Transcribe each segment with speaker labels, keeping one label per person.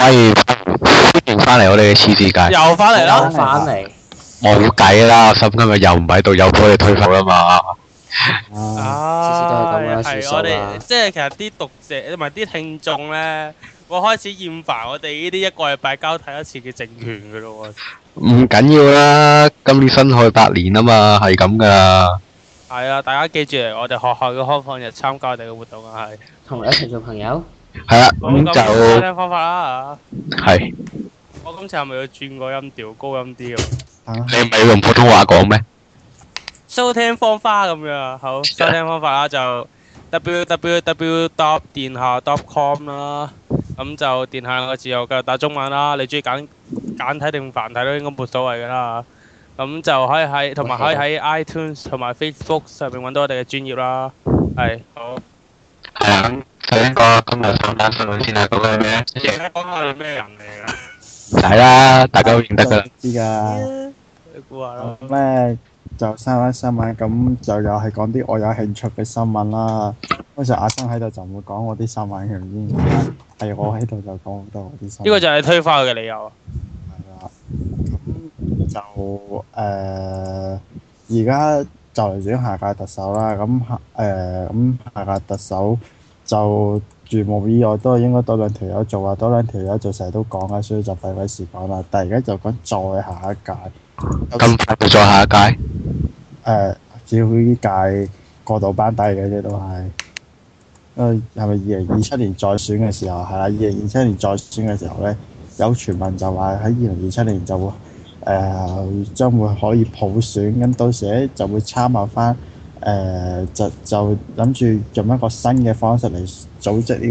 Speaker 1: 喂，歡迎翻嚟我哋嘅次世界，
Speaker 2: 又翻嚟
Speaker 3: 又
Speaker 2: 啦，
Speaker 3: 翻嚟，
Speaker 1: 冇計啦，阿嬸今日又唔喺度，又俾你推翻啦嘛。
Speaker 3: 唉嗯
Speaker 2: 唉
Speaker 3: 次次
Speaker 2: 係
Speaker 3: 啊
Speaker 2: 啊
Speaker 3: 都係咁啦，算數啊
Speaker 2: 我
Speaker 3: 啦
Speaker 2: 哋，即係其實啲讀者同埋啲聽眾咧，我開始厭煩我哋呢啲一個禮拜交替一次嘅政權噶咯喎。
Speaker 1: 唔緊要啦，今年新去八年啊嘛，係咁噶啦。
Speaker 2: 係啊，大家記住嚟我哋學校嘅開放日參加我哋嘅活動啊，係。
Speaker 3: 同我一齊做朋友，
Speaker 1: 係啦，
Speaker 2: 我
Speaker 1: 咁
Speaker 2: 咁簡
Speaker 1: 就
Speaker 2: 單方法啦
Speaker 1: 係
Speaker 2: 嚇我今次係咪要轉個音調高音啲啊咁？
Speaker 1: 你唔係要用普通話講咩？
Speaker 2: 收聽方法咁樣，好收聽方法啦就 www dot 電下 dot com 啦，咁就電下兩個字又繼續打中文啦，你中意簡簡體定繁體都應該冇所謂噶啦，咁就可以喺同埋可以喺 iTunes 同埋 Facebook 上面揾到我哋嘅專頁啦，係好。
Speaker 1: 係啊，首先講今日講單新聞先啦，講緊咩？
Speaker 2: 你而家講下你咩人嚟㗎？
Speaker 1: 唔使啦，大家都認得噶啦。
Speaker 4: 啊知㗎。
Speaker 2: 你估下啦。
Speaker 4: 咁咧就新聞新聞，咁就又係講啲我有興趣嘅新聞啦。通常阿生喺度就唔會講我啲新聞嘅，唔知點解係我喺度就講好多我啲新聞。
Speaker 2: 呢個就係你推翻佢嘅理由。
Speaker 4: 係啦。咁就誒，呃而家就嚟選下屆特首啦。咁下誒咁下屆特首就住無意外都係應該多兩條友做啊，多兩條友做成日都講啊，所以就費鬼事講啦。但係而家就講再下一屆。
Speaker 1: 咁快就再下一屆，
Speaker 4: 誒，只呃要呢屆過渡班底嘅啫，都係。誒係咪二零二七年再選嘅時候係啦？二零二七年再選嘅時候咧，有傳聞就話喺二零二七年就會誒、將會可以普選，咁到時咧就會參考翻誒、就就諗住用一個新嘅方式嚟組織呢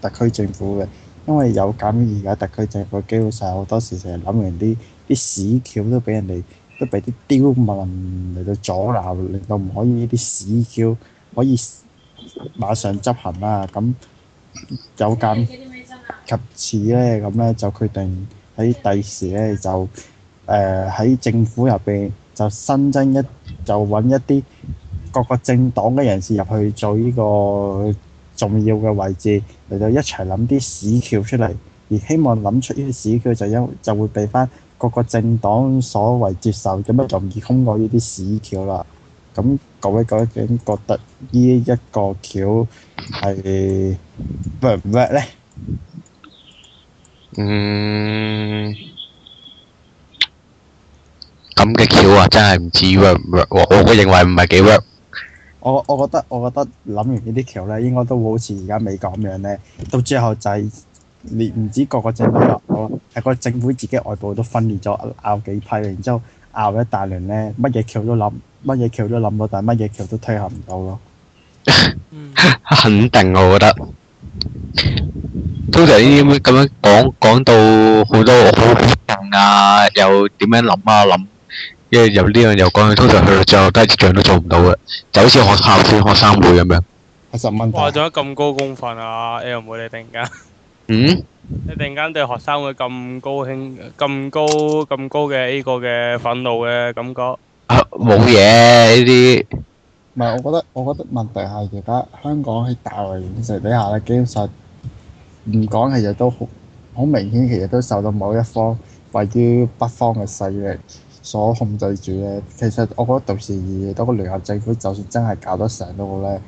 Speaker 4: 個特區政府嘅，因為有咁而家特區政府基本上好多時成日諗完啲啲屎橋都俾人哋都俾啲刁民嚟到阻撓，令到唔可以呢啲屎橋可以馬上執行啦。咁有鑑及此咧，咁咧就決定喺第時咧就誒喺、政府入邊就新增一就揾一啲各個政黨嘅人士入去做呢個重要嘅位置，嚟到一齊諗啲屎橋出嚟，而希望諗出呢啲屎橋就因就會被翻各個政黨所謂接受，咁啊容易通過呢啲屎橋啦。咁各位究竟覺得呢一個橋係 work 唔 work 咧？
Speaker 1: Ừ, 嗯，咁嘅橋啊，真係唔知 work 唔 work 喎我我認為唔係幾 work。
Speaker 4: 我我覺得我覺得諗完呢啲橋咧，應該都會好似而家美國咁樣咧，到最後就係你唔止個個政府落咗，係個政府自己外部都分裂咗，拗幾批，然之後拗一大輪咧，乜嘢橋都諗，乜嘢橋都諗到，但係乜嘢橋都推行唔到咯。
Speaker 2: 嗯。
Speaker 1: 肯定，啊我覺得。通常呢啲咁樣講講到好多好勁啊，又點樣諗啊諗，因為由呢樣又講，通常去到最後都係一樣都做唔到嘅，就好似學校選學生會咁樣。
Speaker 4: 其實問
Speaker 2: 哇！
Speaker 4: 題
Speaker 2: 做得咁高功訓啊！L 妹你突然間。
Speaker 1: 嗯，
Speaker 2: 你突然間對學生會咁高興、咁高、咁高嘅呢個嘅憤怒嘅感覺，
Speaker 1: 啊冇嘢呢啲，
Speaker 4: 唔係，我覺得我覺得問題係而家香港喺大圍形勢底下咧，基本上唔講其實都好好明顯，其實都受到某一方位於北方嘅勢力所控制住咧。其實我覺得到時而到個聯合政府，就算真係搞得成都好咧，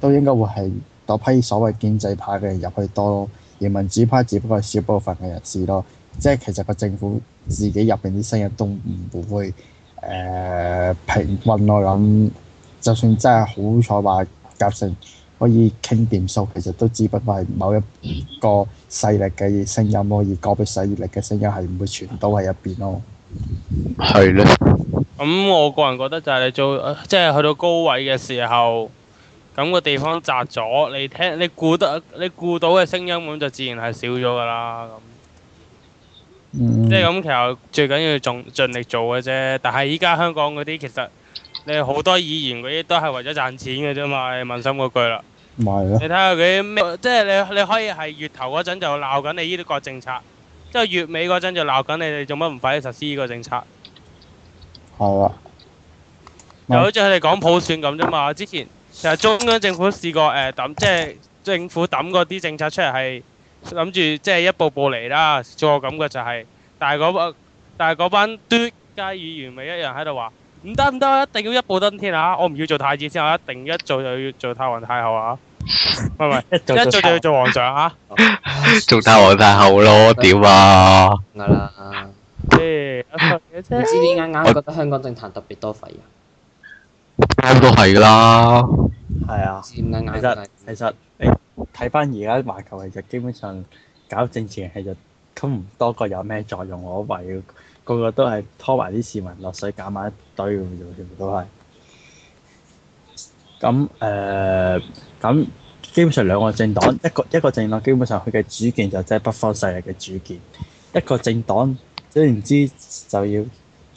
Speaker 4: 都應該會係嗰批所謂建制派嘅人入去多咯，而民主派只不過係少部分嘅人士咯。即係其實個政府自己入邊啲聲音都唔會誒、呃平均我諗。就算真係好彩話夾成可以傾掂數，其實都只不過係某一個勢力嘅聲音咯，而個別勢力嘅聲音係唔會全都喺入邊咯。
Speaker 1: 係咯，
Speaker 2: 咁我個人覺得就係你做，呃即係去到高位嘅時候，咁個地方窄咗，你聽你估得你估到嘅聲音咁就自然係少咗噶啦。咁
Speaker 4: 嗯
Speaker 2: 即係咁，其實最緊要盡盡力做嘅啫。但係依家香港嗰啲其實你好多議員嗰啲都係為咗賺錢嘅啫嘛。你問心嗰句啦。
Speaker 4: 咪係咯，
Speaker 2: 你睇下佢咩，即係你你可以係月頭嗰陣就鬧緊你呢個政策，即係月尾嗰陣就鬧緊你哋做乜唔快啲實施呢個政策，
Speaker 4: 係啦，
Speaker 2: 就好似佢哋講普選咁啫嘛。之前其實中央政府試過誒抌、即係政府抌嗰啲政策出嚟係諗住即係一步步嚟啦。做我感覺就係、但係嗰班但係嗰班嘟街議員咪一樣喺度話唔得唔得，一定要一步登天啊！我唔要做太子先啊，一定一做就要做太皇太后啊！唔係唔係，
Speaker 3: 一做
Speaker 2: 一
Speaker 3: 就
Speaker 2: 做就要做皇上啊！
Speaker 1: 仲太皇太后咯，屌啊！
Speaker 3: 噶啦。
Speaker 2: 誒，一歲嘅
Speaker 3: 唔
Speaker 2: 啫
Speaker 3: 知點解啱覺得香港政壇特別多廢啊人，
Speaker 1: 啱都係噶啦，
Speaker 4: 係啊
Speaker 3: 唔。知點解啱
Speaker 4: 其
Speaker 3: 覺
Speaker 4: 實
Speaker 3: 得
Speaker 4: 其實你睇翻而家環球其實基本上搞政治其實都唔多個有咩作用，我懷疑個個都係拖埋啲市民落水搞埋一堆咁啫，全部都係。咁誒，呃咁、基本上兩個政黨，一個一個政黨基本上佢嘅主見就即係北方勢力嘅主見，一個政黨總言之就要誒、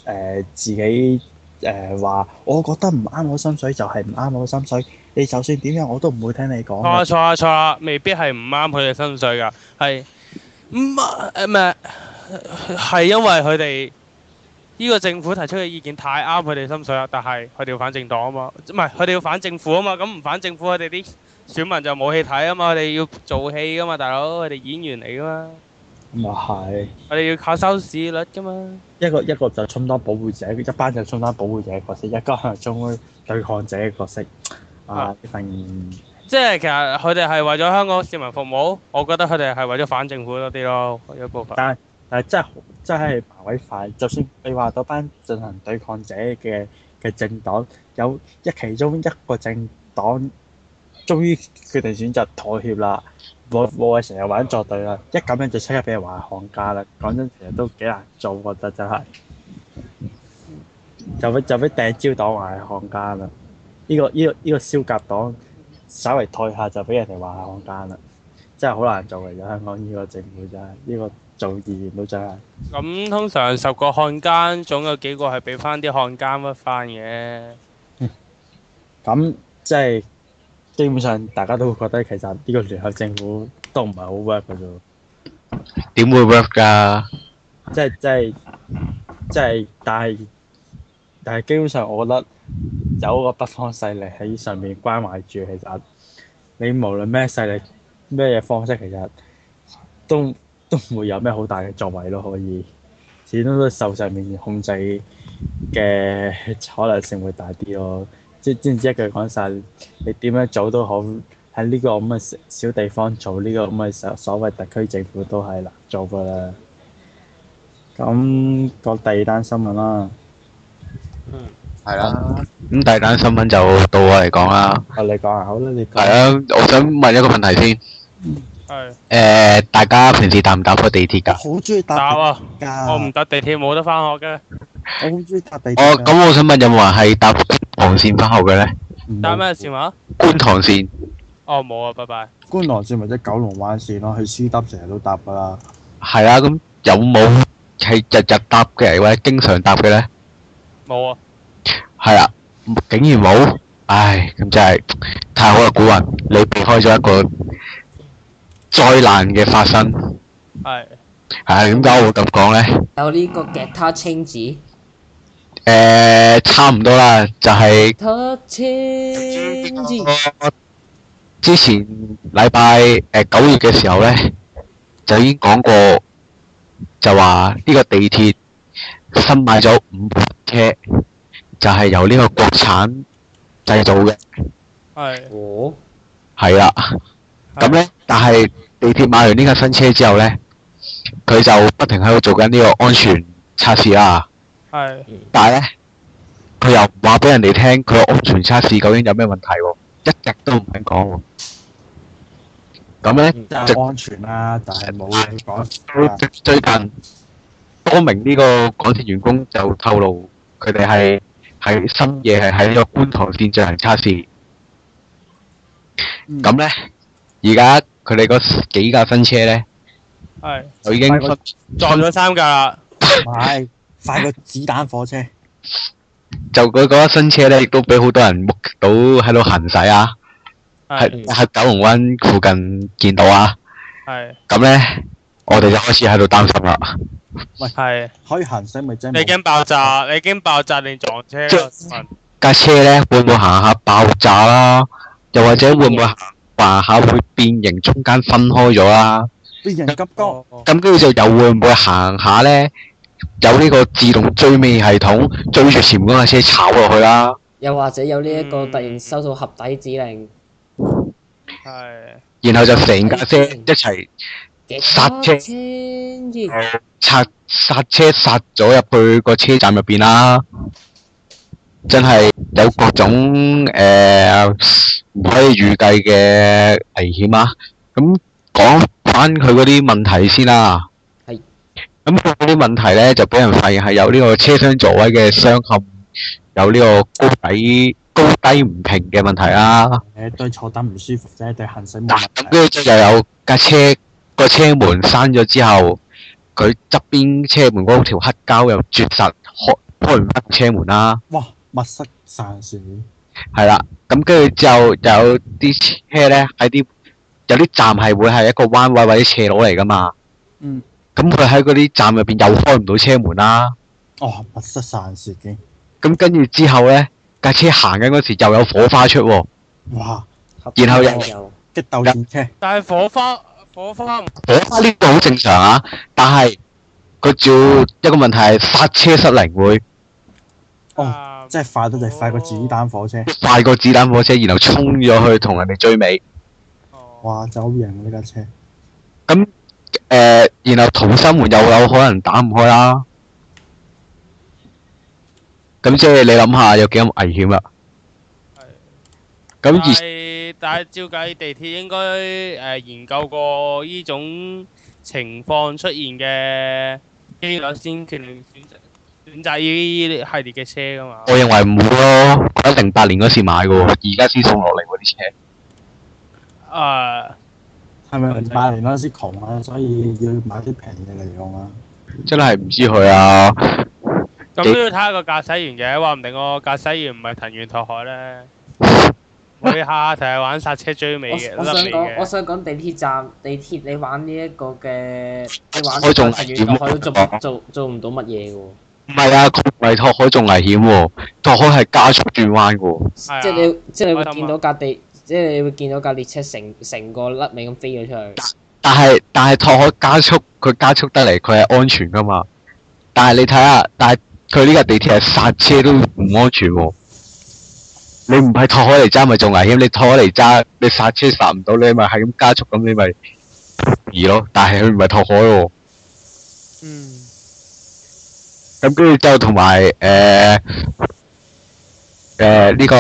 Speaker 4: 呃自己誒話、我覺得唔啱我心水就係唔啱我心水。你就算點樣我都唔會聽你講
Speaker 2: 錯啦
Speaker 4: 嘅。
Speaker 2: 錯啦錯啦，未必係唔啱佢哋薪水㗎，係唔啱誒唔係係因為佢哋呢個政府提出嘅意見太啱佢哋薪水啦，但係佢哋要反政黨啊嘛，唔係佢哋要反政府啊嘛，咁唔反政府佢哋啲選民就冇戲睇啊嘛，佢哋要做戲㗎嘛，大佬佢哋演員嚟㗎嘛，
Speaker 4: 咁啊係，
Speaker 2: 佢哋要靠收視率㗎嘛，
Speaker 4: 一個一個就充當保護者，一班就充當保護者嘅角色，一個係充當對抗者嘅角色。啊
Speaker 2: 啊！
Speaker 4: 呢份
Speaker 2: 即係其實佢哋係為咗香港市民服務，我覺得佢哋係為咗反政府多啲咯，有部分。
Speaker 4: 但係真係真係麻鬼快，就算你話嗰班進行對抗者嘅嘅政黨，有一其中一個政黨終於決定選擇妥協啦，冇冇謂成日玩作對啦，一咁樣就即刻俾人話係行家啦。講真，其實都幾難做，我覺得真係就俾就俾掟招黨話係行家啦。呢、個呢、個呢、個消甲黨稍微退下就俾人哋話係行家啦，真係好難做嚟嘅香港呢個政府真係呢、個。做議員都真係。
Speaker 2: 咁通常十個漢奸，總有幾個係俾翻啲漢奸屈翻嘅。
Speaker 4: 咁即係基本上大家都會覺得其實呢個聯合政府都唔係好 work 嘅啫。
Speaker 1: 點會 work 噶？
Speaker 4: 即係即係即係，但係但係基本上我覺得有個北方勢力喺上面關懷住，其實你無論咩勢力咩嘢方式，其實都都唔會有咩好大嘅作為咯，可以。始終都受上面控制嘅可能性會大啲咯。即知唔知一句講晒，你點樣做都好，喺呢個咁嘅小小地方做呢個咁嘅所所謂特區政府都係難做噶啦。咁講第二單新聞啦，
Speaker 1: 係啦。咁第二單新聞就到我嚟講啦。
Speaker 4: 啊你講啊，好啦，你講
Speaker 1: 係。啊，我想問一個問題先。
Speaker 2: 係
Speaker 1: 诶、大家平時搭唔搭開地鐵㗎？
Speaker 4: 我好中意
Speaker 2: 答
Speaker 4: 搭
Speaker 2: 啊！
Speaker 4: 地鐵㗎，
Speaker 2: 我唔搭地鐵冇得翻學嘅。
Speaker 4: 我好中意搭地鐵㗎。
Speaker 1: 哦，咁我想問有冇人係搭觀塘線翻學嘅咧？
Speaker 4: 唔好
Speaker 2: 搭咩線話？
Speaker 1: 觀塘線
Speaker 2: 哦，冇啊，拜拜。
Speaker 4: 觀塘線或者九龍灣線咯，去 C 搭成日都搭㗎啦。
Speaker 1: 係啦，咁有冇係日日搭嘅，或者經常搭嘅咧？
Speaker 2: 冇啊。
Speaker 1: 係啦，竟然冇，唉，咁真係太好啦，古云，你避開咗一個災難嘅發生。
Speaker 2: 係
Speaker 1: 係點解我會咁講咧？
Speaker 3: 有呢個 guitar change
Speaker 1: 诶、差唔多啦，就係
Speaker 3: guitar change
Speaker 1: 之前禮拜誒九月嘅時候咧，就已經講過，就話呢個地鐵新買咗五部車，就係、由呢個國產製造嘅，
Speaker 2: 係。
Speaker 3: 哦，
Speaker 1: 係啦。咁咧，但係地鐵買完呢架新車之後咧，佢就不停喺度做緊呢個安全測試啦。
Speaker 2: 係
Speaker 1: 但係咧，佢又唔話俾人哋聽佢安全測試究竟有咩問題喎、一直都唔肯講喎。咁咧。
Speaker 3: 嗯
Speaker 4: 就係安全啦，但係冇嘢講啊。
Speaker 1: 最最近多名呢個港鐵員工就透露，佢哋係喺深夜係喺呢個觀塘線進行測試。
Speaker 4: 嗯
Speaker 1: 咁咧，而家佢哋嗰幾架新車咧，
Speaker 2: 係
Speaker 1: 就已經
Speaker 4: 快過
Speaker 1: 分
Speaker 2: 撞咗三架啦。
Speaker 4: 唔係快過子彈火車。
Speaker 1: 就佢嗰架新車咧，亦都俾好多人目擊到喺度行駛啊，喺
Speaker 2: 係
Speaker 1: 喺九龍灣附近見到啊。
Speaker 2: 係
Speaker 1: 咁咧，我哋就開始喺度擔心啦。
Speaker 2: 係。
Speaker 4: 可以行駛咪真
Speaker 2: 你
Speaker 4: 係
Speaker 2: 已經爆炸，你已經爆炸定撞車
Speaker 1: 即
Speaker 2: 啦？問
Speaker 1: 架車咧會唔會行下爆炸啦？又或者會唔會行下會變形中間分開咗啦？
Speaker 4: 變形金剛
Speaker 2: 哦
Speaker 1: 咁跟住就又會唔會行下咧？有呢個自動追尾系統追住前面嗰架車炒落去啦。
Speaker 3: 又或者有呢一個
Speaker 2: 嗯
Speaker 3: 突然收到合底指令，
Speaker 2: 係
Speaker 1: 然後就成架車一齊
Speaker 3: 嘅
Speaker 1: 剎車
Speaker 3: 千億
Speaker 1: 剎剎車剎咗入去個車站入邊啦，真係有各種誒唔、可以預計嘅危險啊！咁講翻佢嗰啲問題先啦。
Speaker 3: 係。
Speaker 1: 咁佢嗰啲問題咧就俾人發現係有呢個車廂座位嘅雙冚，有呢個高底高低唔平嘅問題啦、
Speaker 4: 誒對坐凳唔舒服啫，對行駛冇
Speaker 1: 嗱，
Speaker 4: 問
Speaker 1: 咁
Speaker 4: 題。
Speaker 1: 跟住又有架車個車門閂咗之後，佢側邊車門嗰條黑膠又絕實開開唔翻車門啦，
Speaker 4: 哇！密室散線，
Speaker 1: 係啦。咁跟住之後有啲車咧喺啲有啲站係會係一個彎位或者斜路嚟噶嘛。
Speaker 4: 嗯。
Speaker 1: 咁佢喺嗰啲站入邊又開唔到車門啦。
Speaker 4: 哦，密室散事件，
Speaker 1: 咁跟住之後咧，架車行緊嗰時又有火花出喎，
Speaker 4: 哇！
Speaker 3: 合體
Speaker 1: 然後又
Speaker 3: 就
Speaker 4: 激鬥戰車，
Speaker 2: 但係火花火花唔
Speaker 1: 火花呢個好正常啊，但係佢照一個問題係剎車失靈會。
Speaker 4: 哦
Speaker 2: 啊
Speaker 4: 即係快得就快過子彈火車。
Speaker 1: 快過子彈火車，然後衝咗去同人哋追尾。
Speaker 2: 哦
Speaker 4: 哇！走型呢架車，
Speaker 1: 誒、然後逃生門又有可能打唔開啦。咁即係你諗下有幾咁危險啦。咁而
Speaker 2: 但係但係照計地鐵應該誒、呃研究過呢種情況出現嘅機率先決定選擇選擇呢系列嘅車噶嘛。
Speaker 1: 我認為唔會咯，佢喺零八年嗰時買嘅喎，而家先送落嚟嗰啲車。
Speaker 2: 啊
Speaker 4: 係咪零八年嗰陣時窮啊，所以要買啲平嘢嚟用啊？
Speaker 1: 真係唔知佢啊！
Speaker 2: 咁
Speaker 1: 幾
Speaker 2: 都要睇下個駕駛員嘅，話唔定個駕駛員唔係藤原拓海咧， 我哋下下就係玩剎車追尾
Speaker 3: 我
Speaker 2: 嘅，
Speaker 3: 我
Speaker 2: 甩
Speaker 3: 想
Speaker 2: 尾
Speaker 3: 講，我
Speaker 2: 嘅。
Speaker 3: 想講地鐵站、地鐵你玩呢一個嘅，你玩
Speaker 1: 我仲
Speaker 3: 太遠落去都做做做唔到乜嘢嘅喎，
Speaker 1: 唔係啊，佢唔係拓海仲危險喎、拓海係加速轉彎嘅喎。
Speaker 2: 係啊
Speaker 3: 即係你即係你
Speaker 2: 開心
Speaker 3: 會
Speaker 2: 啊
Speaker 3: 見到架地，即係你會見到架列車成成個甩尾咁飛咗出去，
Speaker 1: 但係但係拓海加速，佢加速得嚟，佢係安全噶嘛。但係你睇下，但係佢呢架地鐵係剎車都唔安全喎、你唔係拓海嚟揸咪仲危險，你拓海嚟揸，你剎車剎唔到，你咪係咁加速，咁你咪移咯。但係佢唔係拓海喎、
Speaker 2: 嗯。
Speaker 1: 咁跟住之後同埋誒誒呢個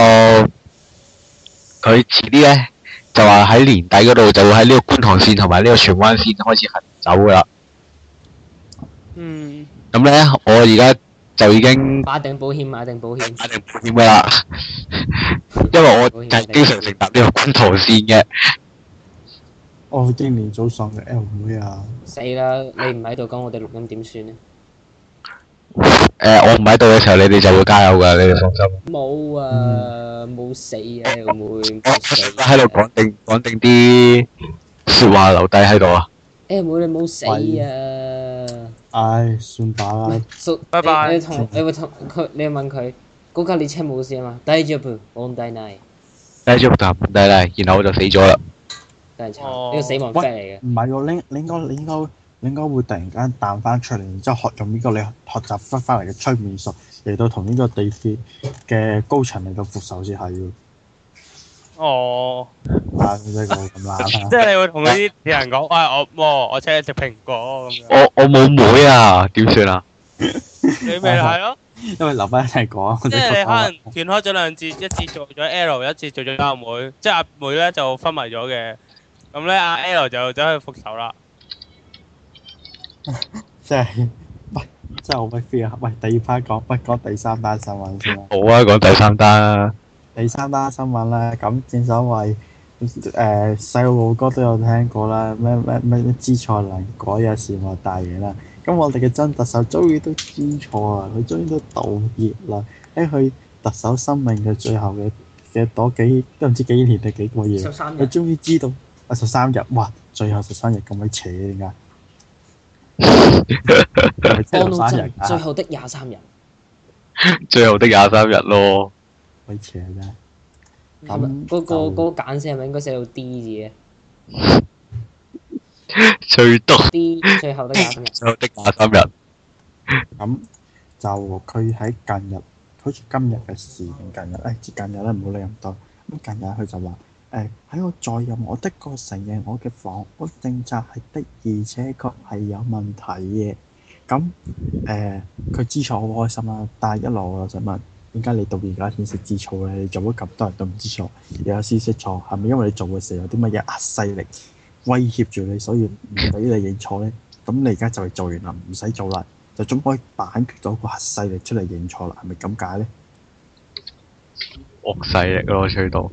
Speaker 1: 佢遲啲咧就話喺年底嗰度就會喺呢個觀塘線同埋呢個荃灣線開始行走噶啦。
Speaker 2: 嗯，
Speaker 1: 咁咧，我而家就已經
Speaker 3: 買定保險，買定保險，
Speaker 1: 打定保險噶啦，因為我就係經常乘搭呢個觀塘線嘅。
Speaker 4: 我經年早上嘅 L 妹啊！
Speaker 3: 死啦！你唔喺度講，我哋錄音點算呢？
Speaker 1: 誒、我唔喺度嘅時候，你哋就會加油噶，你哋放心。
Speaker 3: 冇啊，冇死啊，會唔會
Speaker 1: 我
Speaker 3: 冇死啊
Speaker 1: 喺度講定講定啲説話留低喺度啊！
Speaker 3: 誒妹你冇死啊！
Speaker 4: 唉，算吧啦，
Speaker 3: So-
Speaker 2: 拜拜
Speaker 3: 你你同你會同佢，你問佢嗰架列車冇事啊嘛？大丈夫，我唔抵賴，
Speaker 1: 低咗啖低啦，然後我就死咗啦。
Speaker 3: 真係慘，
Speaker 2: 哦
Speaker 3: 呢個死亡飛嚟嘅。
Speaker 4: 唔係喎，你你應該你應該你應該會突然間彈翻出嚟，然之後學用呢個你學習翻翻嚟嘅催眠術嚟到同呢個地鐵嘅高層嚟到復仇先係要
Speaker 2: 哦，
Speaker 4: 啊！呢個咁
Speaker 2: 即
Speaker 4: 懶啊！
Speaker 2: 係你會同嗰啲人講，喂，我哦我我請你食蘋果咁 樣，
Speaker 1: 我我冇妹啊，點算啊？
Speaker 2: 你咪係咯，
Speaker 4: 因為留翻一齊講，我
Speaker 2: 即
Speaker 4: 哋
Speaker 2: 係你
Speaker 4: 覺得話
Speaker 2: 可能斷開咗兩節，一節做咗 L，一節做咗阿妹，即係阿妹咧就昏迷咗嘅，咁咧阿 L 就走去復仇啦。
Speaker 4: 即係喂，真係好鬼 feel 啊！喂，第二 part 講，喂講第三單新聞先啦。
Speaker 1: 好啊，講第三單啊。
Speaker 4: 第三單新聞咧，咁正所謂誒細路哥都有聽過啦，咩咩咩咩知錯能改啊，善莫大焉啦。咁我哋嘅曾特首終於都知錯啊，佢終於都道歉啦。喺佢特首生命嘅最後嘅嘅嗰幾都唔知幾年定幾個月，
Speaker 3: 十三
Speaker 4: 佢
Speaker 3: 日，
Speaker 4: 終於知道啊十三日，哇！最後十三日咁鬼扯點解？
Speaker 3: 幫到
Speaker 4: 係即係十三日
Speaker 3: 真最
Speaker 4: 啊，
Speaker 3: 後的廿三日。
Speaker 1: 最後的廿三日咯，
Speaker 4: 鬼扯真係。
Speaker 3: 係咪
Speaker 4: 咁
Speaker 3: 啊嗰個
Speaker 4: 就
Speaker 3: 嗰個簡寫係咪應該寫到 D 字嘅？
Speaker 1: 最多
Speaker 3: D 最後的亞軍人，
Speaker 1: 有的那三人，
Speaker 4: 咁就佢喺近日，好似今日嘅事定近日，誒、哎、近日啦，唔好理咁多。咁近日佢就話誒喺我在任，我的確承認我嘅房屋政策係的而且確係有問題嘅。咁誒佢知錯好開心啦，但係一路我就問點解你到而家先識知錯咧？你做咗咁多人都唔知錯，而家先識錯，係咪因為你做嘅時候有啲乜嘢壓勢力威脅住你，所以唔俾你認錯咧？咁你而家就係做完啦，唔使做啦。就總可以擺脱到個核勢力出嚟認錯啦，係咪咁解咧？
Speaker 1: 惡勢力咯，最多。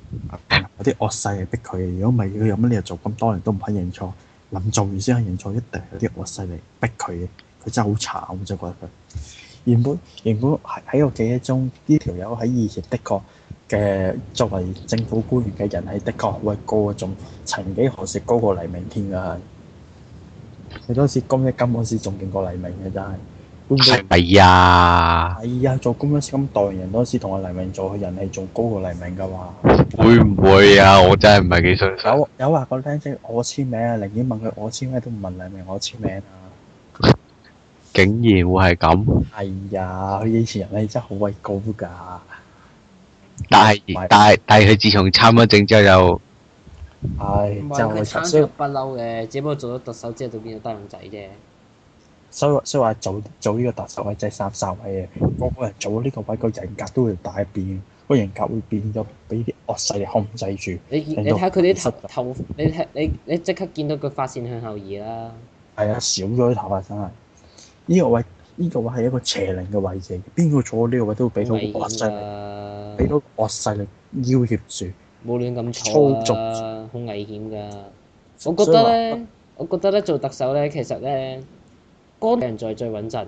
Speaker 4: 有啲惡勢力逼佢嘅，如果唔係佢有乜理由做咁多年都唔肯認錯，臨做完先肯認錯，一定係有啲惡勢力逼佢嘅。佢真係好慘，我真係覺得佢。原本原本喺喺我記憶中，呢條友喺以前的確嘅作為政府官員嘅人係的確喂高啊，仲曾幾何時高過黎明添㗎係。佢當時公益金嗰時仲勁過黎明嘅真係。估唔到
Speaker 1: 係咪啊？
Speaker 4: 係啊，做公一咁代言人嗰時同阿黎明做，佢人氣仲高過黎明噶嘛。
Speaker 1: 會唔會啊？我真係唔係幾信心。
Speaker 4: 有有話個僆仔我簽名啊，寧願問佢我簽咩都唔問黎明我簽名啊。
Speaker 1: 竟然會係咁，
Speaker 4: 係啊，佢以前人氣真係好鬼高㗎。
Speaker 1: 但係但係但係佢自從參咗政之後就
Speaker 4: 唉，
Speaker 3: 唔係
Speaker 4: 真係
Speaker 3: 佢
Speaker 4: 我
Speaker 3: 參
Speaker 4: 所以
Speaker 3: 政不嬲嘅，只不過做咗特首之後就變咗低能仔啫。
Speaker 4: 所以所以話做做呢個特首位真係三煞位嘅，個個人做咗呢個位個人格都會大變，個人格會變咗俾啲惡勢力控制住。
Speaker 3: 你你
Speaker 4: 令到
Speaker 3: 睇下佢啲頭
Speaker 4: 唔識㗎
Speaker 3: 頭，你睇你你即刻見到佢髮線向後移啦。
Speaker 4: 係啊，少咗啲頭髮真係。呢、個位呢、個位係一個邪靈嘅位置，邊個坐呢個位都會俾到
Speaker 3: 危
Speaker 4: 惡
Speaker 3: 險
Speaker 4: 勢力。
Speaker 3: 㗎，
Speaker 4: 俾到惡勢力要挟住。
Speaker 3: 冇亂咁
Speaker 4: 操
Speaker 3: 坐
Speaker 4: 縱
Speaker 3: 啊，好危險㗎。我覺得咧，我覺得咧做特首咧，其實咧，乾人在最穩陣，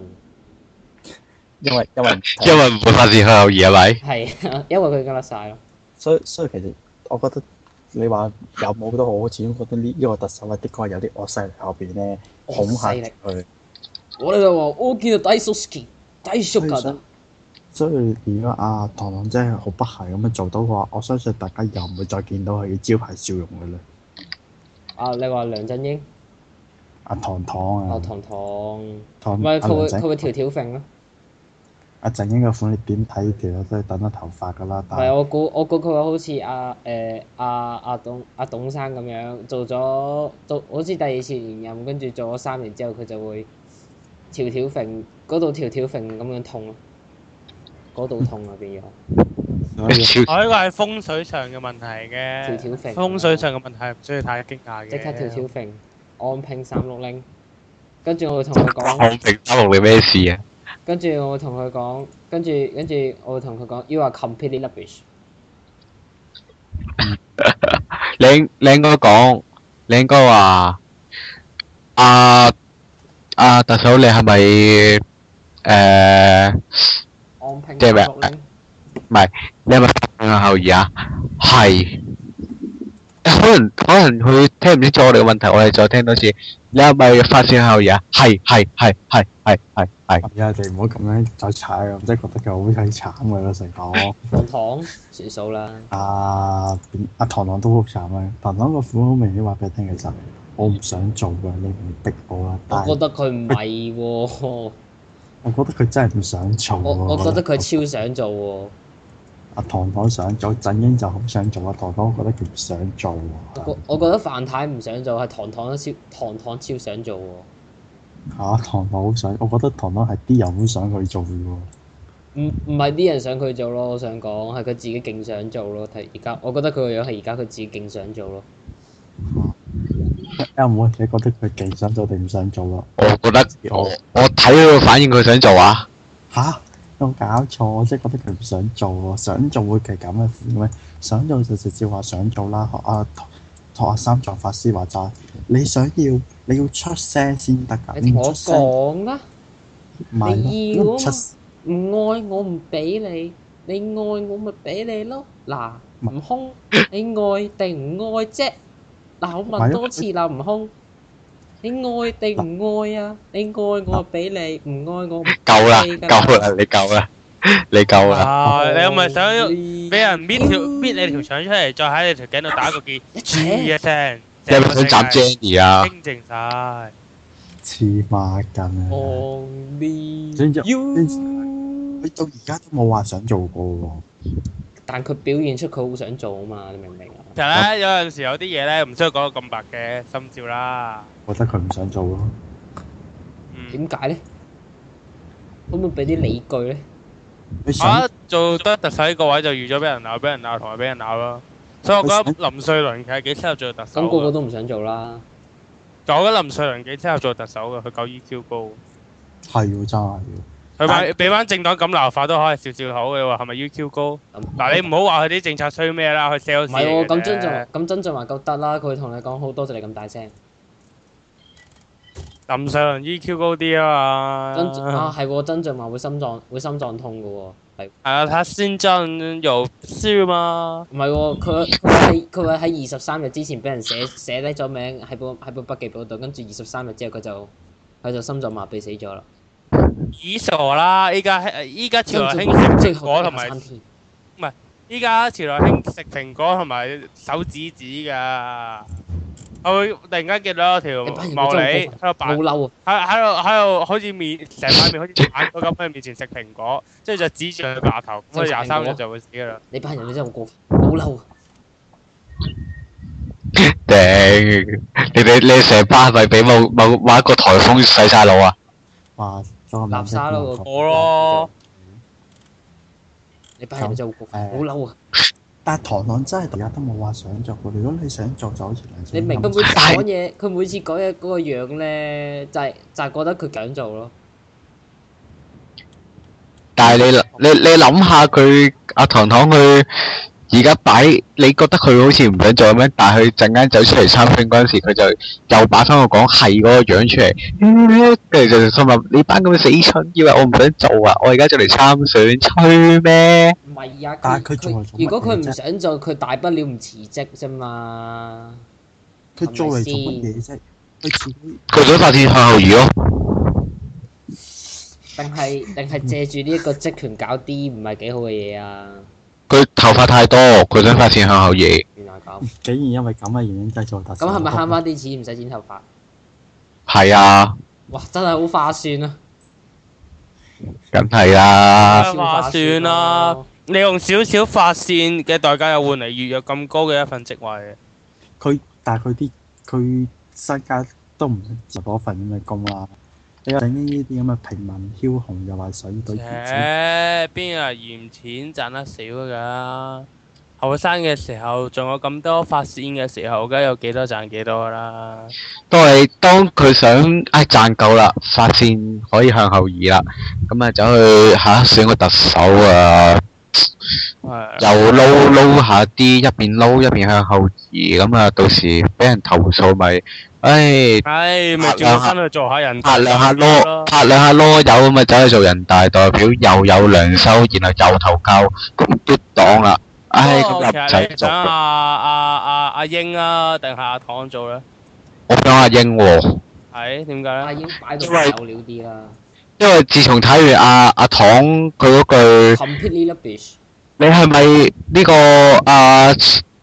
Speaker 4: 因為 因為
Speaker 1: 因為冇發現佢有嘢係咪？
Speaker 3: 係 啊，因為佢跟得晒咯。
Speaker 4: 所以所以其實我覺得你話有冇都好，我始終覺得呢呢個特首咧，的確係有啲惡勢力後邊咧恐嚇
Speaker 3: 惡勢力
Speaker 4: 佢。
Speaker 3: 我哋就話我見到低叔 skin，低叔
Speaker 4: 所以
Speaker 3: 㗎
Speaker 4: 想。所以如果阿唐唐真係好不幸咁樣做到嘅話，我相信大家又唔會再見到佢嘅招牌笑容嘅啦。
Speaker 3: 啊！你話梁振英、
Speaker 4: 阿唐唐
Speaker 3: 啊
Speaker 4: 啊，
Speaker 3: 糖糖，唔
Speaker 4: 唐阿
Speaker 3: 係佢會佢
Speaker 4: 梁振
Speaker 3: 會條條揈咯。
Speaker 4: 阿振英嘅款，你點睇條友都係等咗頭髮㗎啦。
Speaker 3: 唔
Speaker 4: 但
Speaker 3: 係
Speaker 4: 係
Speaker 3: 我估我估佢會好似阿誒阿阿董阿董生咁樣做咗做好似第二次連任，跟住做咗三年之後，佢就會條條揈嗰度條條揈咁樣痛咯，嗰度痛啊變咗
Speaker 4: 所以
Speaker 2: 我呢個係風水上嘅問題嘅，
Speaker 3: 條條揈
Speaker 2: 風水上嘅問題唔需要太驚訝嘅。
Speaker 3: 即刻條條揈，安拼三六零，跟住我會同佢
Speaker 1: 超
Speaker 3: 講，
Speaker 1: 康平三六你咩事啊？
Speaker 3: 跟住我會同佢講，跟住跟住我會同佢講，you are completely rubbish。
Speaker 1: 你應你應該講，你應該話啊啊 特首你係咪誒？
Speaker 3: 安拼
Speaker 1: 即係
Speaker 3: 三
Speaker 1: 咩
Speaker 3: 六零，
Speaker 1: 你係咪向後移啊？係。可能可能佢聽唔清楚我哋嘅問題，我哋再聽多次。你係咪發線向後移啊？係係係係係係係。
Speaker 4: 係啊，你唔好咁樣再踩啊！我真係覺得佢好鬼慘㗎啦，成講。
Speaker 3: 糖糖算數啦。
Speaker 4: 啊，邊阿唐唐都好慘啊！唐唐個款好明顯話俾你聽，其實我唔想做㗎，你唔逼我啦。但
Speaker 3: 我覺
Speaker 4: 係
Speaker 3: 得佢唔係喎。
Speaker 4: 我覺得佢真係唔想做
Speaker 3: 我
Speaker 4: 喎。
Speaker 3: 我覺得佢超想做喎，
Speaker 4: 阿唐唐想做，振英就好想做啊。唐唐我覺得佢唔想做
Speaker 3: 我
Speaker 4: 喎
Speaker 3: 覺。我覺得范太唔想做，係糖糖都超糖糖超想做喎。
Speaker 4: 嚇，啊唐唐好想，我覺得唐唐係啲人好想佢做嘅喎。
Speaker 3: 唔唔係啲人想佢做咯，我想講係佢自己勁想做咯。睇而家，我覺得佢個樣係而家佢自己勁想做咯。
Speaker 4: 阿妹，你覺得佢勁想做定唔想做啊？
Speaker 1: 我覺得我我睇佢個反應，佢想做啊。
Speaker 4: 吓？有冇搞錯？我真係覺得佢唔想做喎，想做會係咁嘅款咩？想做就直接話想做啦，學阿學阿三藏法師話齋，你想要你要出聲先得㗎，
Speaker 3: 你同
Speaker 4: 唔
Speaker 3: 我
Speaker 4: 出聲
Speaker 3: 講啦，
Speaker 4: 咪
Speaker 3: 你要啊嘛
Speaker 4: 咯，唔出
Speaker 3: 唔愛我唔俾你，你愛我咪俾你咯。嗱，
Speaker 4: 唔
Speaker 3: 悟空，你愛定唔愛啫？嗱，我問多次啦，悟空，你愛定唔愛啊？你愛我咪俾你，唔愛我唔
Speaker 1: 夠啦，
Speaker 3: 俾你㗎
Speaker 1: 夠啦，你夠啦，你夠啦。
Speaker 3: Ờ,
Speaker 2: 啊！你係咪想
Speaker 3: 俾
Speaker 2: 俾人搣條搣你條腸出嚟，再喺你條頸度打個結，
Speaker 3: 一
Speaker 2: 豬
Speaker 3: 扯
Speaker 2: 一聲，
Speaker 1: 有冇想斬 Jenny 啊？
Speaker 2: 清靜晒。
Speaker 4: 黐孖筋啊！
Speaker 3: Only
Speaker 4: 真係
Speaker 3: you，
Speaker 4: 佢到而家都冇話想做過喎。
Speaker 3: 但佢表現出佢好想做啊嘛，你明唔明啊？
Speaker 2: 其實咧，有陣時有啲嘢咧，唔需要講到咁白嘅，心照啦。
Speaker 4: 覺得佢唔想做咯。
Speaker 2: 嗯，
Speaker 3: 點解咧？可唔可以俾啲理據咧？
Speaker 4: 你想、
Speaker 2: 啊，做得特首呢個位就預咗俾人鬧，俾人鬧同埋俾人鬧咯。所以我覺得林瑞麟其實幾適合做特首
Speaker 3: 咁個個
Speaker 2: 㗎。
Speaker 3: 都唔想做啦。
Speaker 2: 但我覺得林瑞麟幾適合做特首嘅，佢夠 EQ 高。
Speaker 4: 係喎，真係喎。
Speaker 2: 佢話俾翻政黨咁鬧法都可以笑笑口，你話係咪 EQ 高？
Speaker 3: 咁
Speaker 2: 嗱，你唔好話佢啲政策衰咩啦，佢 sales
Speaker 3: 唔係喎，咁曾俊
Speaker 2: 嚟嘅啫
Speaker 3: 咁曾俊華夠得啦，佢會同你講好多謝你咁大聲。
Speaker 2: 林瑞麟 EQ 高啲啊
Speaker 3: 曾
Speaker 2: 嘛。
Speaker 3: 啊係喎，曾俊華會心臟會心臟痛嘅喎，係
Speaker 2: 係啊，他先真有事嘛？
Speaker 3: 唔係喎？佢佢喺佢話喺二十三日之前俾人寫寫低咗名喺本喺本筆記簿度，跟住二十三日之後佢就佢就心臟麻痹死咗啦。
Speaker 2: 咦傻啦！依家依家潮流
Speaker 3: 曾俊
Speaker 2: 興食
Speaker 3: 華最
Speaker 2: 蘋
Speaker 3: 後
Speaker 2: 果
Speaker 3: 得
Speaker 2: 同埋
Speaker 3: 廿三，天，
Speaker 2: 依家潮流興食蘋果同埋手指指噶。我會突然間見到有條
Speaker 3: 你班人
Speaker 2: 茂利喺
Speaker 3: 真係
Speaker 2: 度
Speaker 3: 冇
Speaker 2: 扮，喺
Speaker 3: 嬲啊！
Speaker 2: 喺度喺度好似面成塊面好似反咗咁喺佢面前食蘋果，即係就指住佢個額頭，咁佢廿三日就會死噶啦。
Speaker 3: 你班人真係好過分，好嬲啊！
Speaker 1: 頂！你哋你哋成班係咪俾某某某一個颱風洗晒腦啊？
Speaker 4: 哇！再咁
Speaker 3: 垃圾咯
Speaker 2: 我咯，
Speaker 3: 你班人真係好過分，好
Speaker 4: 咁
Speaker 3: 嬲啊！
Speaker 4: 但係唐朗真係而家都冇話想做過。如果你想做，就好似梁振
Speaker 3: 你
Speaker 4: 英
Speaker 3: 明佢每
Speaker 4: 咁
Speaker 3: 次
Speaker 1: 但係
Speaker 3: 講嘢，佢每次講嘢嗰個樣咧，就係、就係、覺得佢想做咯。
Speaker 1: 但係你你你諗下佢阿糖糖佢而家擺，你覺得佢好似唔想做咁樣，但係佢陣間走出嚟參選嗰陣時，佢就又擺翻個講係嗰個樣出嚟，跟住就心諗你班咁嘅死蠢，以為我唔想做啊！我而家就嚟參選，吹咩？
Speaker 3: 唔係啊，
Speaker 4: 但
Speaker 3: 佢
Speaker 4: 係佢做嚟做乜
Speaker 3: 如果佢唔
Speaker 4: 嘢啫
Speaker 3: 想做，佢大不了唔辭職啫嘛。
Speaker 4: 佢做嚟做乜嘢啫？佢自己
Speaker 1: 佢想發展向後移咯，
Speaker 3: 定 係定係借住呢一個職權搞啲唔係幾好嘅嘢啊？
Speaker 1: 佢頭髮太多，佢想發展向後移。
Speaker 3: 原來咁，
Speaker 4: 竟然因為咁嘅原因製造特首
Speaker 3: 咁係咪慳翻啲錢唔使剪頭髮？
Speaker 1: 係啊，
Speaker 3: 哇！真係好化算啊！
Speaker 1: 梗係啦，
Speaker 3: 超化
Speaker 2: 算啦
Speaker 3: 咯，
Speaker 2: 你用少少發線嘅代價，又換嚟月入咁高嘅一份職位，
Speaker 4: 佢但係佢啲佢身家都唔值嗰份咁嘅工啦。你又整呢啲咁嘅平民枭雄，又話想對
Speaker 2: 誒邊有人嫌錢賺得少㗎？後生嘅時候仲有咁多發線嘅時候，梗係有幾多賺幾多啦。
Speaker 1: 當你當佢想唉賺夠啦，發線可以向後移啦，咁啊走去下選個特首啊，又
Speaker 2: 係
Speaker 1: 撈撈下啲，一邊撈一邊向後移，咁啊到時俾人投訴咪，唉
Speaker 2: 唉，咪轉身去做下人
Speaker 1: 拍兩下
Speaker 2: 咯
Speaker 1: 攞，。拍兩下攞友咁啊走去做人大代表，又有糧收，然後又投交，咁都黨啦，唉咁
Speaker 2: 不過
Speaker 1: 又
Speaker 2: 哦其
Speaker 1: 唔
Speaker 2: 實
Speaker 1: 使
Speaker 2: 你想阿
Speaker 1: 做，
Speaker 2: 阿阿阿英啊，定係阿唐做咧？
Speaker 1: 我想阿英喎、
Speaker 2: 係點解
Speaker 3: 阿
Speaker 2: 咧？
Speaker 3: 英啊擺到
Speaker 1: 因為
Speaker 3: 有料啲啦
Speaker 1: 因為自從睇完阿阿唐佢嗰句。
Speaker 3: ，completely rubbish。
Speaker 1: 你係咪呢個啊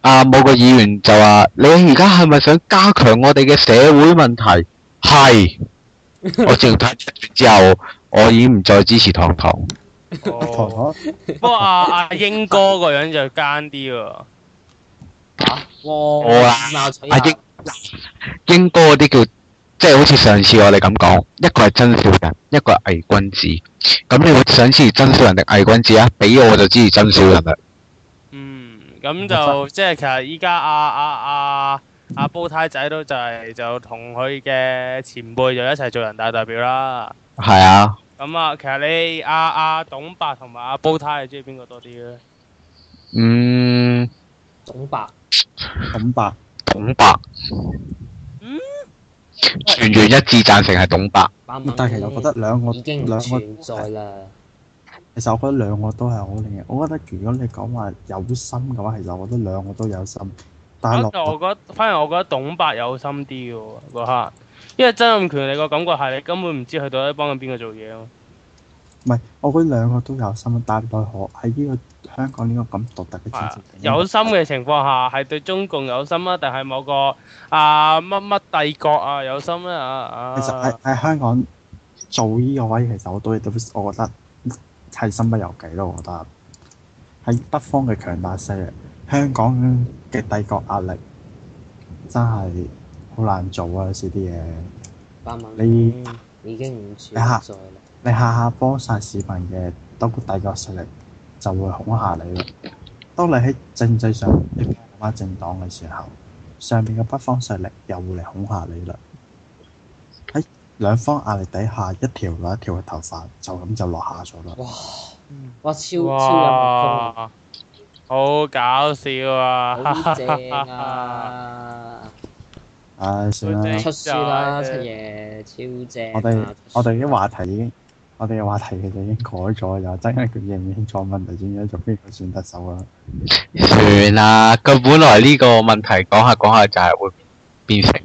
Speaker 1: 啊某個議員就話你而家係咪想加強我哋嘅社會問題？係，我自從睇完之後，我已經唔再支持糖糖。
Speaker 4: 唐啊
Speaker 2: 哦
Speaker 4: 唐
Speaker 2: 不過阿阿英哥個樣就奸啲喎。
Speaker 3: 嚇！哇！
Speaker 4: 啊
Speaker 1: 啦
Speaker 3: 鬧取
Speaker 1: 阿英英哥嗰啲叫即係好似上次我哋咁講，一個係真小人，一個係偽君子。咁你會想支持真小人定偽君子啊？俾我就支持真小人啦。
Speaker 2: 嗯，咁就即係其實依家阿阿阿阿煲呔仔都就係就同佢嘅前輩就一齊做人大代表啦。
Speaker 1: 係啊，
Speaker 2: 咁啊，其實你阿阿董伯同埋阿煲呔，你中意邊個多啲咧？
Speaker 1: 嗯，
Speaker 3: 董白，
Speaker 4: 董白
Speaker 1: 董伯。
Speaker 2: 嗯
Speaker 1: 全員一致贊成係董伯。
Speaker 3: 慢慢
Speaker 4: 但係其實我覺得兩個
Speaker 3: 已經
Speaker 4: 兩
Speaker 3: 唔
Speaker 4: 個
Speaker 3: 存在啦。
Speaker 4: 其實我覺得兩個都係好靚嘅。我覺得如果你講話有心嘅話，其實我覺得兩個都有心。但
Speaker 2: 反
Speaker 4: 係落
Speaker 2: 而我覺得，反而我覺得董伯有心啲嘅喎嗰刻，因為曾蔭權你個感覺係你根本唔知去到底幫緊邊個做嘢咯。
Speaker 4: 唔係，我覺得兩個都有心，但奈何喺呢個香港呢個咁獨特嘅政
Speaker 2: 係
Speaker 4: 治地
Speaker 2: 啊有心嘅情況下，係對中共有心啊，定係某個啊乜乜帝國啊有心咧啊啊！
Speaker 4: 其實喺喺香港做呢個位，其實我都都我覺得係身不由己咯。我覺得喺北方嘅強大勢力，香港嘅帝國壓力真係好難做啊！有時啲嘢，
Speaker 3: 百萬
Speaker 4: 你
Speaker 3: 已經唔存
Speaker 4: 啊
Speaker 3: 在啦。
Speaker 4: 你下下幫晒市民嘅，當帝國勢力就會恐嚇你咯。當你喺政制上你偏翻政黨嘅時候，上面嘅北方勢力又會嚟恐嚇你啦。喺兩方壓力底下，一條又一條嘅頭髮就咁就落下咗啦。
Speaker 3: 哇！哇！超超有啊風，
Speaker 2: 哇！好搞笑啊！
Speaker 3: 好正 啊！
Speaker 4: 唉，算啦，
Speaker 3: 出書啦，出嘢超正啊。
Speaker 4: 我哋
Speaker 3: 出書
Speaker 4: 我哋啲話題已經，我哋嘅話題其實已經改咗，又真係佢認唔認錯問題，轉咗做邊個選特首啊啦。
Speaker 1: 算啦，佢本來呢個問題講下講下就係會變成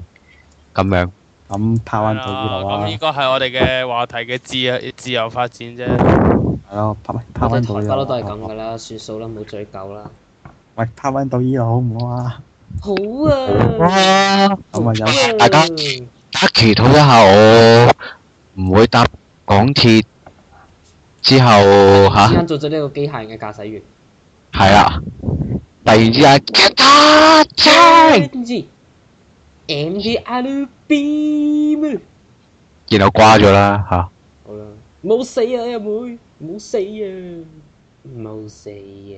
Speaker 1: 咁樣。
Speaker 4: 咁拋
Speaker 2: 係
Speaker 4: 翻
Speaker 2: 啦
Speaker 4: 到呢度啊
Speaker 2: 咁
Speaker 4: 啦
Speaker 2: 呢，個係我哋嘅話題嘅自由自由發展啫。
Speaker 4: 係咯，拋拋
Speaker 3: 我
Speaker 4: 翻
Speaker 3: 哋台
Speaker 4: 到
Speaker 3: 北
Speaker 4: 呢
Speaker 3: 都
Speaker 4: 度啊
Speaker 3: 都係
Speaker 4: 啦
Speaker 3: 咁噶啦，算數啦，冇追究啦。
Speaker 4: 喂，拋翻到呢度好唔好啊？
Speaker 3: 好啊！
Speaker 1: 哇！
Speaker 4: 咁啊有
Speaker 3: 好啊
Speaker 1: 大家大家祈禱一下我，唔會搭港鐵之後
Speaker 3: 突然
Speaker 1: 吓，
Speaker 3: 間做咗呢個機械人嘅駕駛員。
Speaker 1: 係啦，突然之間，啊真
Speaker 3: M G R B 咩？
Speaker 1: 然後瓜咗啦吓。
Speaker 3: 好啦，冇死啊，阿妹，冇死啊，冇死啊！